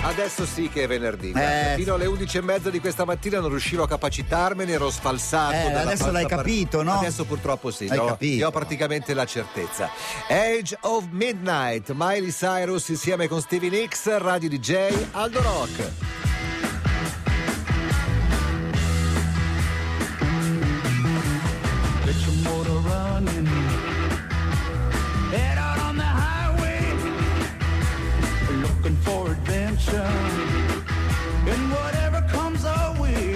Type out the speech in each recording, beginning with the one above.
Adesso sì che è venerdì. Eh. guarda. Fino alle 11 e mezza di questa mattina non riuscivo a capacitarmene, ero sfalsato. Eh, dalla adesso falsa l'hai par- capito, no? Adesso purtroppo sì. Hai no? capito. Io ho praticamente la certezza. Age of Midnight, Miley Cyrus insieme con Stevie Nicks, Radio DJ, Aldo Rock. Get your motor running. Head out on the highway. Looking for adventure. And whatever comes our way.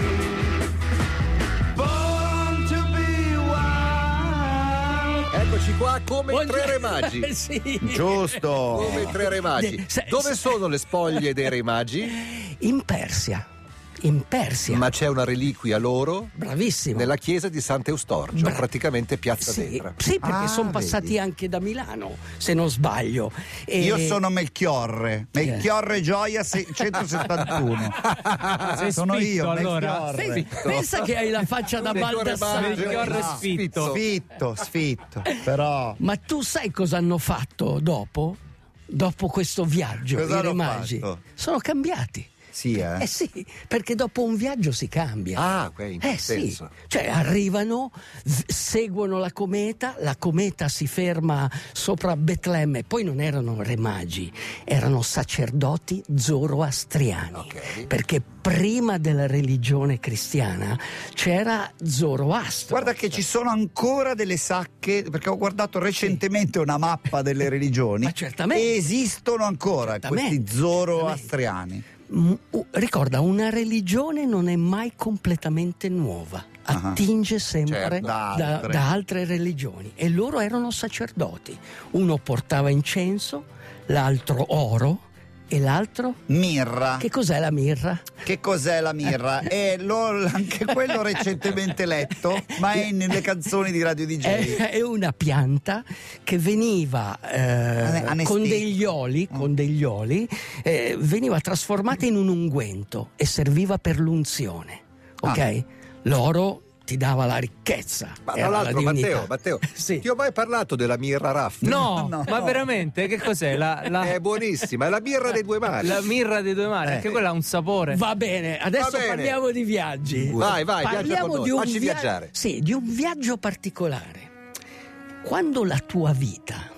Born to be wild. Eccoci qua come i tre re magi. sì. Giusto. Come i tre re magi. Eh, se- Dove se- sono le spoglie dei re magi? In Persia. In Persia. Ma c'è una reliquia loro Bravissimo. nella chiesa di Sant'Eustorgio, Bra- praticamente piazza Sì, Vetra. sì, perché Ah, sono passati vedi. anche da Milano, se non sbaglio. E- Io sono Melchiorre, Melchiorre Gioia se- 171. Sei sono spinto, io, allora. Pensi- Melchiorre. pensa che hai la faccia da Nel tuo Baldassare. remagio. Melchiorre sfitto. Sfitto, sfitto. Però Ma tu sai cosa hanno fatto dopo? Dopo questo viaggio, Cosa i re hanno magi? fatto? Sono cambiati. sì, Eh eh. sì, perché dopo un viaggio si cambia. Ah, ok, in Eh quel sì, senso. cioè arrivano, v- seguono la cometa, la cometa si ferma sopra Betlemme, poi non erano re magi, erano sacerdoti zoroastriani, Ok. perché prima della religione cristiana c'era Zoroastro. Guarda che ci sono ancora delle sacche, perché ho guardato recentemente una mappa delle religioni. Ma certamente. E esistono ancora Certamente, questi zoroastriani. Mm, u- ricorda, una religione non è mai completamente nuova, Ah. attinge sempre Certo, da, da altre. da altre religioni e loro erano sacerdoti. Uno portava incenso, l'altro oro e l'altro... Mirra. Che cos'è la mirra? Che cos'è la mirra? E l'ho anche quello recentemente letto, ma è nelle canzoni di Radio DJ. È, è una pianta che veniva eh, anestetico. con degli oli, Mm. con degli oli eh, veniva trasformata in un unguento e serviva per l'unzione. Ok? Ah. L'oro ti dava la ricchezza. Ma era tra la l'altro, divinità. Matteo, Matteo, Sì. ti ho mai parlato della mirra raft? No, No. ma veramente? Che cos'è? La, la- È buonissima, è la birra dei due mari. la mirra dei due mari, Eh. anche quella ha un sapore. Va bene, adesso Va bene. parliamo di viaggi. Vai, vai, viaggia parliamo con noi, di un facci via- viaggiare. Sì, di un viaggio particolare. Quando la tua vita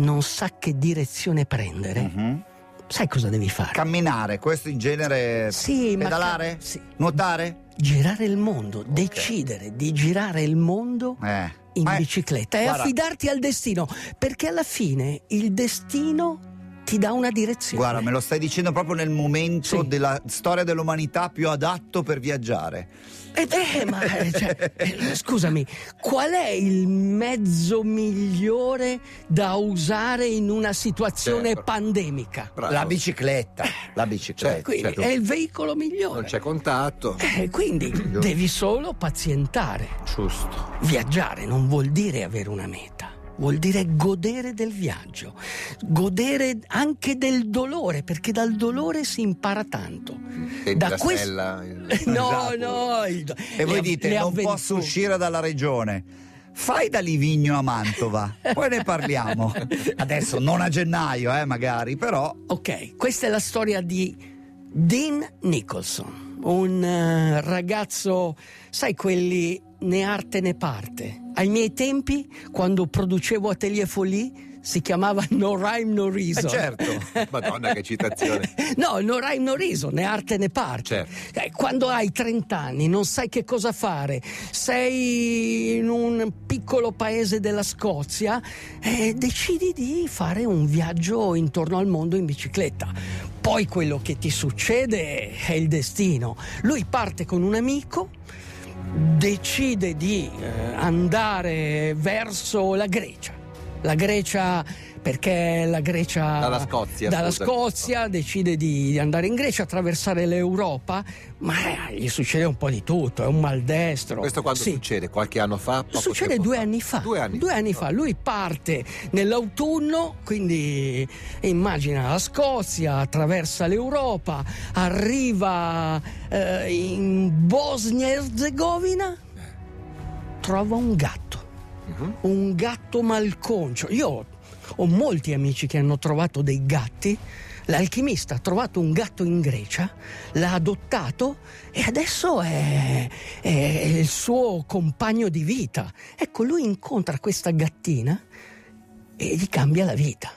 non sa che direzione prendere, Mhm. sai cosa devi fare? Camminare, questo in genere. Sì, ma pedalare? ca- sì. Nuotare? Girare il mondo, decidere di girare il mondo Eh. in Ma è- bicicletta e guarda- affidarti al destino, perché alla fine il destino ti dà una direzione. Guarda, me lo stai dicendo proprio nel momento Sì. della storia dell'umanità più adatto per viaggiare. Eh, eh, ma eh, cioè, eh, scusami, qual è il mezzo migliore da usare in una situazione Certo. pandemica? Bravo. La bicicletta. La bicicletta. Certo. Quindi è il veicolo Non migliore. c'è contatto. Eh, quindi devi solo pazientare. Giusto. Viaggiare non vuol dire avere una meta, vuol dire godere del viaggio, godere anche del dolore, perché dal dolore si impara tanto. Vedi la quest- stella, il- No, Esatto. no. il- E voi le- dite: le non avventure- posso uscire dalla regione. Fai da Livigno a Mantova, poi ne parliamo. Adesso non a gennaio, eh, magari, però. Ok, questa è la storia di Dean Nicholson, un eh, ragazzo, sai, quelli né arte né parte. Ai miei tempi, quando producevo Atelier Folie, si chiamava No Rhyme No Reason. Eh, certo. Madonna, che citazione. Certo. No, no rhyme no riso, né arte né parte. Eh, Quando hai 30 anni non sai che cosa fare, sei in un piccolo paese della Scozia e decidi di fare un viaggio intorno al mondo in bicicletta. Poi quello che ti succede è il destino. Lui parte con un amico, decide di eh, andare verso la Grecia. La Grecia perché la Grecia Dalla Scozia, dalla scusa. Scozia, decide di andare in Grecia, attraversare l'Europa, ma eh, gli succede un po' di tutto, è un Esatto. maldestro. Questo quando Sì. succede? Qualche anno fa? Poco Succede tempo due fa? anni fa. Due anni fa. Lui parte nell'autunno, quindi immagina la Scozia, attraversa l'Europa, arriva eh, in Bosnia e Erzegovina, Eh. trova un gatto, Mhm. un gatto malconcio. Io ho molti amici che hanno trovato dei gatti L'alchimista ha trovato un gatto in Grecia, l'ha adottato e adesso è, è il suo compagno di vita. Ecco, lui incontra questa gattina e gli cambia la vita.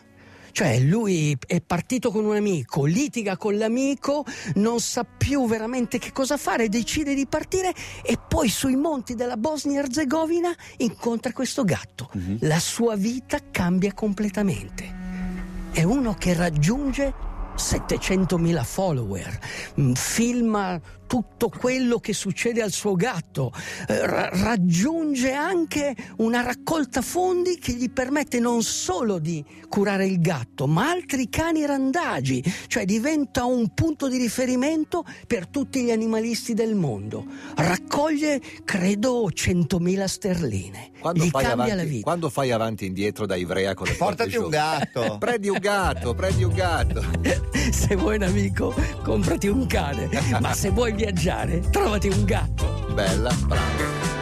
Cioè lui è partito con un amico, litiga con l'amico, non sa più veramente che cosa fare, decide di partire e poi sui monti della Bosnia-Herzegovina incontra questo gatto. La sua vita cambia completamente. È uno che raggiunge 700.000 follower, mm, filma tutto quello che succede al suo gatto, eh, ra- raggiunge anche una raccolta fondi che gli permette non solo di curare il gatto, ma altri cani randagi, cioè diventa un punto di riferimento per tutti gli animalisti del mondo. Raccoglie, credo, 100.000 sterline. Quando gli fai, cambia avanti, la vita. quando fai avanti e indietro da Ivrea con le porte Portati un giù? gatto. Prendi un gatto, prendi un gatto. Se vuoi un amico, comprati un cane, ma se vuoi viaggiare, trovati un gatto. Bella, brava.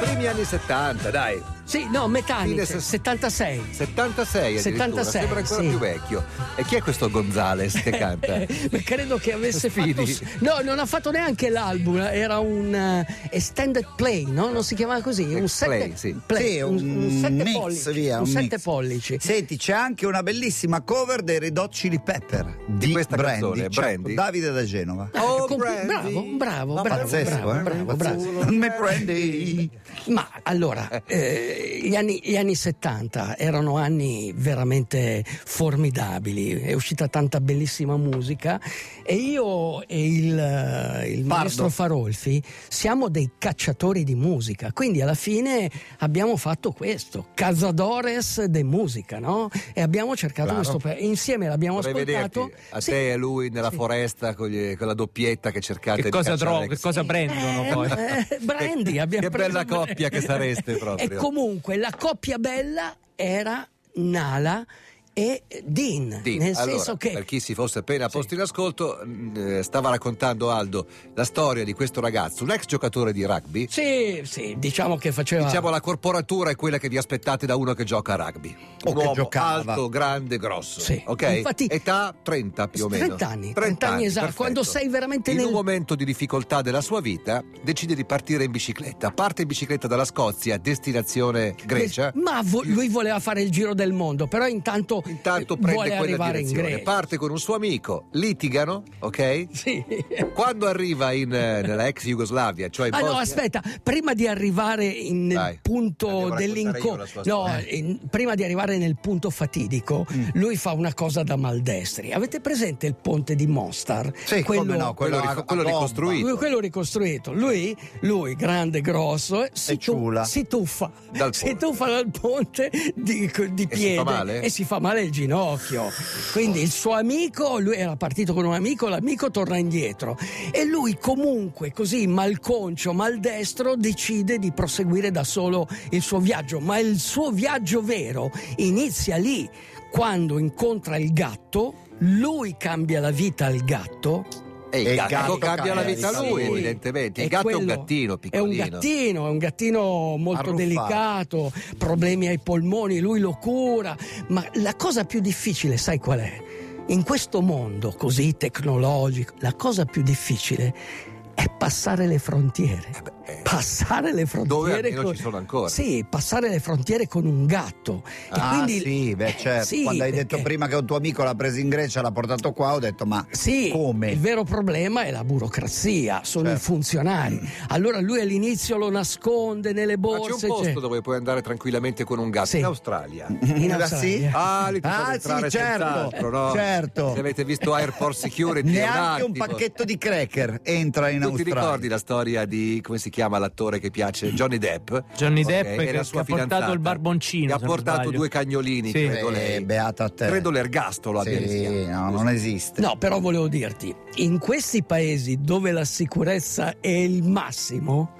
Primi anni 70, dai. Sì, no, Fine Metallica, ses- 76. 76 addirittura, 76, sembra ancora sì. più vecchio. E chi è questo Gonzales che canta? Beh, credo che avesse fatto. Fidi. No, non ha fatto neanche l'album, era un eh, extended play, no? Non si chiamava così? Play, Un sette sì. play, Sì, un, un sette mix, pollici. via, un un sette mix. pollici. Senti, c'è anche una bellissima cover dei Red Hot Chili Pepper Di questa Brandy, canzone, certo, Brandy. Davide da Genova. Ah, Oh, compl- Brandy. bravo, bravo, Ma bravo, Pazzesco, bravo, eh? bravo, bravo. Pazzesco. Me prendi. Ma allora, eh, gli, anni, gli anni 70 erano anni veramente formidabili, è uscita tanta bellissima musica e io e il, eh, il maestro Farolfi siamo dei cacciatori di musica, quindi alla fine abbiamo fatto questo, Cazadores de Musica, no? E abbiamo cercato Claro. questo, pe- insieme l'abbiamo Vorrei ascoltato. vederti a Sì. te e a lui nella Sì. foresta con, gli- con la doppietta che cercate Che di cosa cacciare. trovo, che cosa prendono Eh, poi? eh, Brandy, abbiamo che preso bella Brandy. coppia che sareste proprio. E comunque la coppia bella era Nala e Dean, Sì, nel allora, senso che per chi si fosse appena posto in ascolto, mh, eh, stava raccontando Aldo la storia di questo ragazzo, un ex giocatore di rugby. Sì, sì, diciamo che faceva Diciamo la corporatura è quella che vi aspettate da uno che gioca a rugby. O un che uomo giocava. alto, grande, grosso. Sì. Ok? Infatti- Età 30 più o meno. 30 anni, 30 anni, esatto, perfetto. quando sei veramente in nel- un momento di difficoltà della sua vita, decide di partire in bicicletta. Parte in bicicletta dalla Scozia, destinazione Grecia. Ma vo- lui voleva fare il giro del mondo, però intanto, Intanto eh, prende vuole quella arrivare in direzione. Grecia. Parte con un suo amico, litigano, ok? Sì. Quando arriva in, eh, nella ex Jugoslavia, cioè in Ah no, Bosnia- aspetta, prima di arrivare in- Dai, nel la devo punto raccontare io la dell'incontro, sua no, storia. Mm. in- prima di arrivare nel punto fatidico, lui fa una cosa da maldestri. Avete presente il ponte di Mostar? Sì, come no, quello, quello a- rico- a quello bomba. ricostruito. Lui- quello ricostruito. Lui, lui grande, grosso, eh, si, E ciula. si tuffa. Dal si ponte. tuffa dal ponte di, di fa piede male? Oh. e si fa male il ginocchio. Quindi il suo amico, lui era partito con un amico, l'amico torna indietro. E lui comunque, così malconcio, maldestro, decide di proseguire da solo il suo viaggio. Ma il suo viaggio vero inizia lì, quando incontra il gatto. Lui cambia la vita al gatto E Eh, il gatto, Ecco, cambia la vita a lui, sì. evidentemente. Il e gatto è un quello gattino È un piccolino. gattino, è un gattino molto Arruffato. delicato, problemi ai polmoni, lui lo cura. Ma la cosa più difficile, sai qual è? In questo mondo così tecnologico, la cosa più difficile è passare le frontiere. eh. Passare le frontiere. almeno ci sono ancora. Sì, passare le frontiere con un gatto. E Ah, quindi- sì, beh, eh, certo. sì, Quando hai perché- detto prima che un tuo amico l'ha preso in Grecia, l'ha portato qua, ho detto, ma Sì, come? il vero problema è la burocrazia, sono Certo. i funzionari. Allora lui all'inizio lo nasconde nelle Ma c'è borse. un posto cioè- dove puoi andare tranquillamente con un gatto Sì. in Australia. in Ah, sì? Australia. Ah, lì ti Ah, fanno sì, entrare certo, senz'altro, no? certo. Se avete visto Airport Security, è Neanche un attimo. pacchetto di cracker entra in Tu ti Australia. ricordi la storia di come si chiama l'attore che piace? Johnny Depp. Johnny Ok, Depp e che- la che ha portato fidanzata. il barboncino, Che ha se non portato sbaglio. due cagnolini, cioè, Sì. credo Eh, lei. beato a te. Credo l'ergastolo abbia Sì, rischiato. no, non esiste. No, però volevo dirti, in questi paesi dove la sicurezza è il massimo,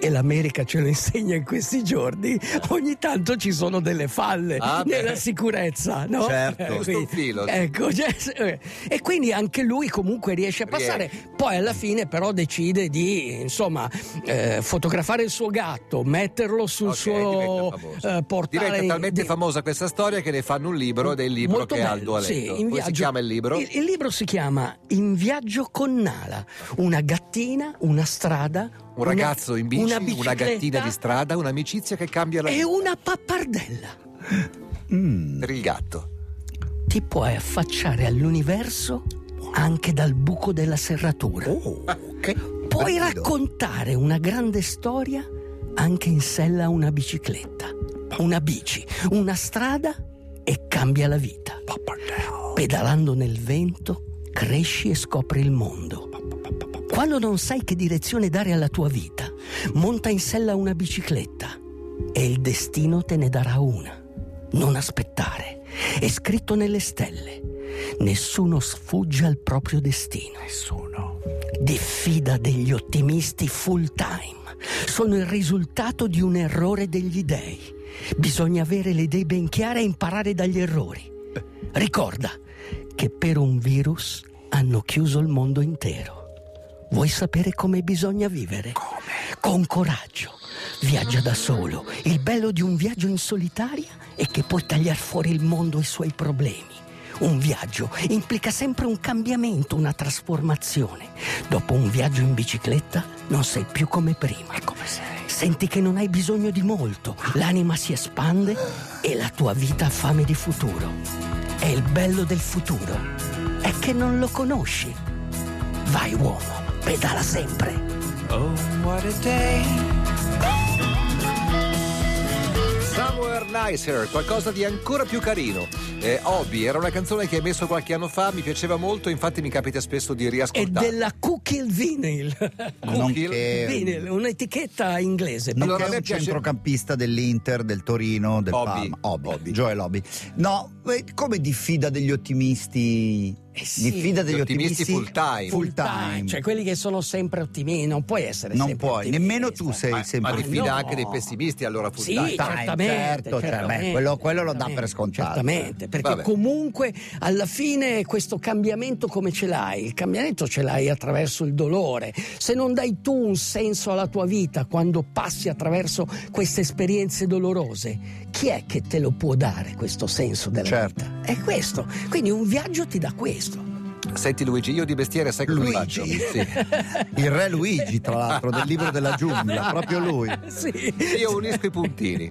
e l'America ce lo insegna in questi giorni, ogni tanto ci sono delle falle Ah, beh. nella sicurezza, no? Certo. Eh, Giusto un filo. Ecco, cioè, eh, e quindi anche lui comunque riesce a passare. Riesce. Poi alla fine però decide di, insomma, eh, fotografare il suo gatto, metterlo sul Ok, suo diventa famosa. eh, portale. Diventa talmente di- famosa questa storia che ne fanno un libro ed è il libro Molto che bello, Aldo ha letto. sì, in Come si viaggio- chiama il libro? Il, il libro si chiama In viaggio con Nala, una gattina, una strada, Un una- ragazzo in bici, una, bicicletta gattina di strada, un'amicizia che cambia la e vita una pappardella. Mm. per il gatto. Ti puoi affacciare all'universo anche dal buco della serratura. Oh. che Puoi bello. raccontare una grande storia anche in sella a una bicicletta, una bici, una strada e cambia la vita. Pedalando nel vento, cresci e scopri il mondo. Quando non sai che direzione dare alla tua vita, monta in sella a una bicicletta e il destino te ne darà una. Non aspettare. È scritto nelle stelle. Nessuno sfugge al proprio destino. Nessuno. Diffida degli ottimisti full time. Sono il risultato di un errore degli dei. Bisogna avere le idee ben chiare e imparare dagli errori. Ricorda che per un virus hanno chiuso il mondo intero. Vuoi sapere come bisogna vivere? Come? Con coraggio. Viaggia da solo. Il bello di un viaggio in solitaria è che puoi tagliare fuori il mondo e i suoi problemi. Un viaggio implica sempre un cambiamento, una trasformazione. Dopo un viaggio in bicicletta non sei più come prima. come sei? Senti che non hai bisogno di molto, l'anima si espande e la tua vita ha fame di futuro. E il bello del futuro è che non lo conosci. Vai uomo, pedala sempre. Oh, what a day. Somewhere Nicer, qualcosa di ancora più carino. Eh, Hobby era una canzone che hai messo qualche anno fa, mi piaceva molto, infatti mi capita spesso di E riascoltarla. della Cookie Vinyl. Nonché- Vinyl, un'etichetta inglese. Ehm. Non Allora, a che me è un piace- centrocampista dell'Inter, del Torino, del Hobby. Parma. Hobby. Hobby. Joel Hobby. No, eh, come diffida degli ottimisti? Eh sì. Diffida degli Gli ottimisti ottimisti, full time. Full time. Cioè quelli che sono sempre ottimi, non puoi essere non sempre puoi, ottimista. nemmeno tu sei ma, ma sempre diffida no. anche dei pessimisti allora full Sì, time. time, certamente, certo, cioè, beh, certamente, quello- quello lo dà certamente, per scontato. Certamente, perché Vabbè. comunque alla fine questo cambiamento come ce l'hai? Il cambiamento ce l'hai attraverso il dolore. Se non dai tu un senso alla tua vita quando passi attraverso queste esperienze dolorose, chi è che te lo può dare questo senso della Certo. vita? È questo. Quindi un viaggio ti dà questo. Senti Luigi, io di mestiere sai cosa Luigi. faccio? Sì. Il re Luigi, tra l'altro, del libro della giungla, proprio lui. Sì. Io unisco i puntini.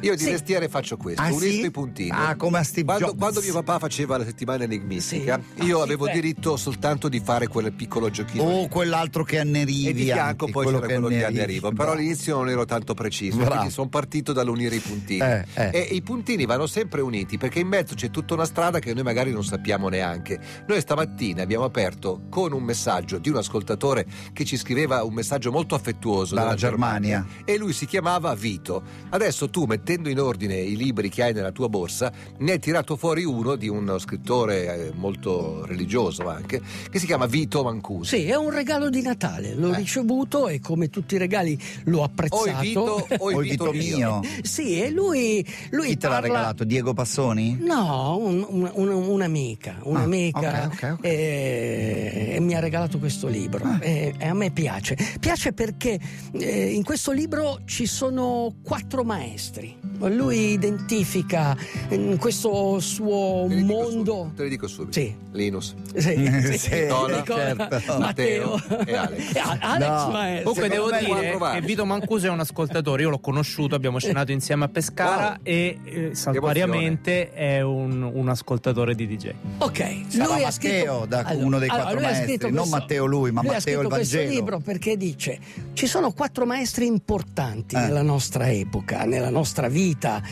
Io di Sì. mestiere faccio questo, Ah, unisco sì? i puntini. Ah, come a Steve quando, Jobs. quando mio papà faceva la settimana enigmistica, Sì. io Ah, sì, avevo beh. diritto soltanto di fare quel piccolo giochino. lì. O quell'altro che annerivi e di fianco anche, poi c'era quello che annerivi. arrivo però Bravo. all'inizio non ero tanto preciso Bravo. quindi sono partito dall'unire i puntini Eh, eh. e i puntini vanno sempre uniti perché in mezzo c'è tutta una strada che noi magari non sappiamo neanche noi stamattina abbiamo aperto con un messaggio di un ascoltatore che ci scriveva un messaggio molto affettuoso Dalla Germania. e lui si chiamava Vito adesso tu mettendo in ordine i libri che hai nella tua borsa ne hai tirato fuori uno di uno scrittore eh, molto religioso anche che si chiama Vito Mancusi Sì, è un regalo di Natale, l'ho Eh. ricevuto e come tutti i regali l'ho o apprezzato. il Vito o il Poi Vito, Oh, Vito mio. Sì, e lui, lui Chi te l'ha parla- regalato? Diego Passoni? No, un- un- un- un'amica, un'amica Ah, ok, ok, ok. eh, e mi ha regalato questo libro Ah. eh, e a me piace. Piace perché eh, in questo libro ci sono quattro maestri. Lui identifica eh, questo suo Te li dico mondo. subito, te li dico subito. Sì. Linus. Sì, sì, Sì, ricordo. certo. Matteo Matteo e Alex. No. ma è- Secondo Comunque devo me può dire provarci. che Vito Mancuso è un ascoltatore, io l'ho conosciuto, abbiamo cenato insieme a Pescara Wow. e eh, saltuariamente è un, un ascoltatore di DJ. Ah, Ok, Sarà lui ha Matteo, scritto da- uno dei quattro lui ha maestri, scritto non Matteo lui, ma ha Matteo scritto il questo Vangelo. libro perché dice: ci sono quattro maestri importanti Eh. nella nostra epoca, nella nostra vita.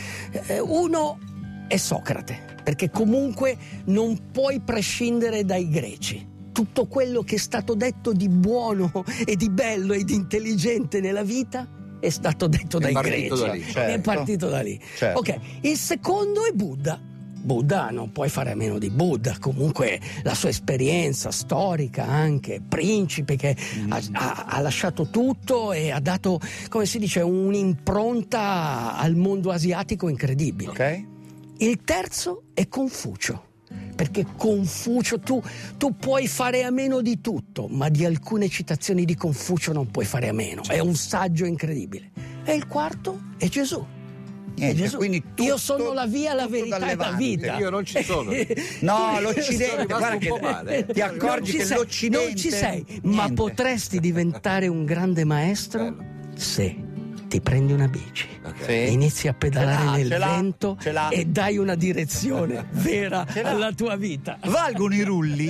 Eh, Uno è Socrate, perché comunque non puoi prescindere dai greci. Tutto quello che è stato detto di buono e di bello e di intelligente nella vita è stato detto È dai partito greci. da lì. È Certo. partito da lì. Certo. Ok, il secondo è Buddha. Buddha, non puoi fare a meno di Buddha, comunque la sua esperienza storica anche, principe che ha, ha- ha lasciato tutto e ha dato, come si dice, un'impronta al mondo asiatico incredibile. Ok? Il terzo è Confucio. Perché Confucio, tu, tu puoi fare a meno di tutto, ma di alcune citazioni di Confucio non puoi fare a meno. È un saggio incredibile. E il quarto è Gesù. Niente, È Gesù. quindi io tutto- sono la via, la tutto verità dalle e la vandi. vita. Io non ci sono. No, Sono l'Occidente, rimasto guarda un che po' male. ti accorgi Non ci che sei, l'Occidente non ci sei, ma Niente. potresti diventare un grande maestro Bello. Eh? se ti prendi una bici. Ok. Sì. Inizi a pedalare Ce l'ha, nel ce l'ha, vento ce l'ha. e dai una direzione vera l'ha. alla tua vita. Valgono i rulli?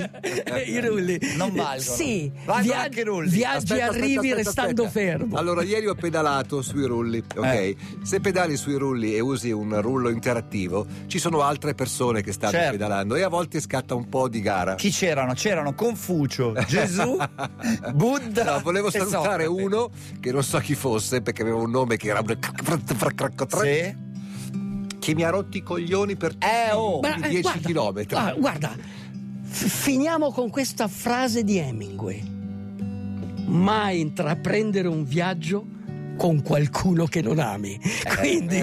I rulli Non valgono. Sì, Valgono via- anche i rulli. viaggi Aspetta, aspetta, arrivi aspetta, restando aspetta. fermo. Allora, ieri ho pedalato sui rulli, ok? Boh. Eh. Se pedali sui rulli e usi un rullo interattivo, ci sono altre persone che stanno Certo. pedalando e a volte scatta un po' di gara. Chi c'erano? C'erano Confucio, Gesù, Buddha. No, volevo e salutare Socrate. uno che non so chi fosse perché aveva un nome che era Sì. che mi ha rotto i coglioni per Eh, oh. tutti i Ma, eh, 10 guarda, chilometri. ah, Guarda, f- finiamo con questa frase di Hemingway. Mai intraprendere un viaggio con qualcuno che non ami. Quindi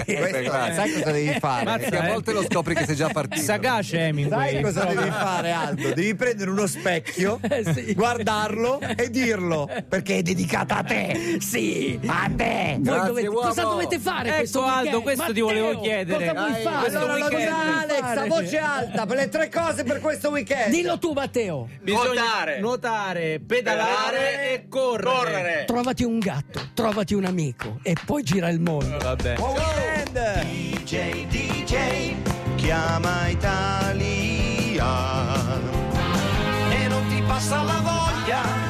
questo- Questo, sai cosa devi fare? Mazza, Perché Eh, a eh. volte lo scopri che sei già partito. Sagace Hemingway. Sai cosa Proprio. devi fare, Aldo? Devi prendere uno specchio, Eh, sì. guardarlo e dirlo perché è dedicata a te. Sì. A te. Voi Grazie, dovete- uomo. cosa dovete fare Ecco, questo Aldo, weekend? questo ti Matteo, volevo chiedere. Cosa vuoi Dai, fare? questo Allora lo weekend. dirà Alex a voce alta per le tre cose per questo weekend. Dillo tu, Matteo. Bisogna Nuotare. nuotare, pedalare Pedalare e correre. Correre. Trovati un gatto, trovati un amico e poi gira il mondo. Vabbè. Buon weekend! DJ, DJ, chiama Italia. E non ti passa la voglia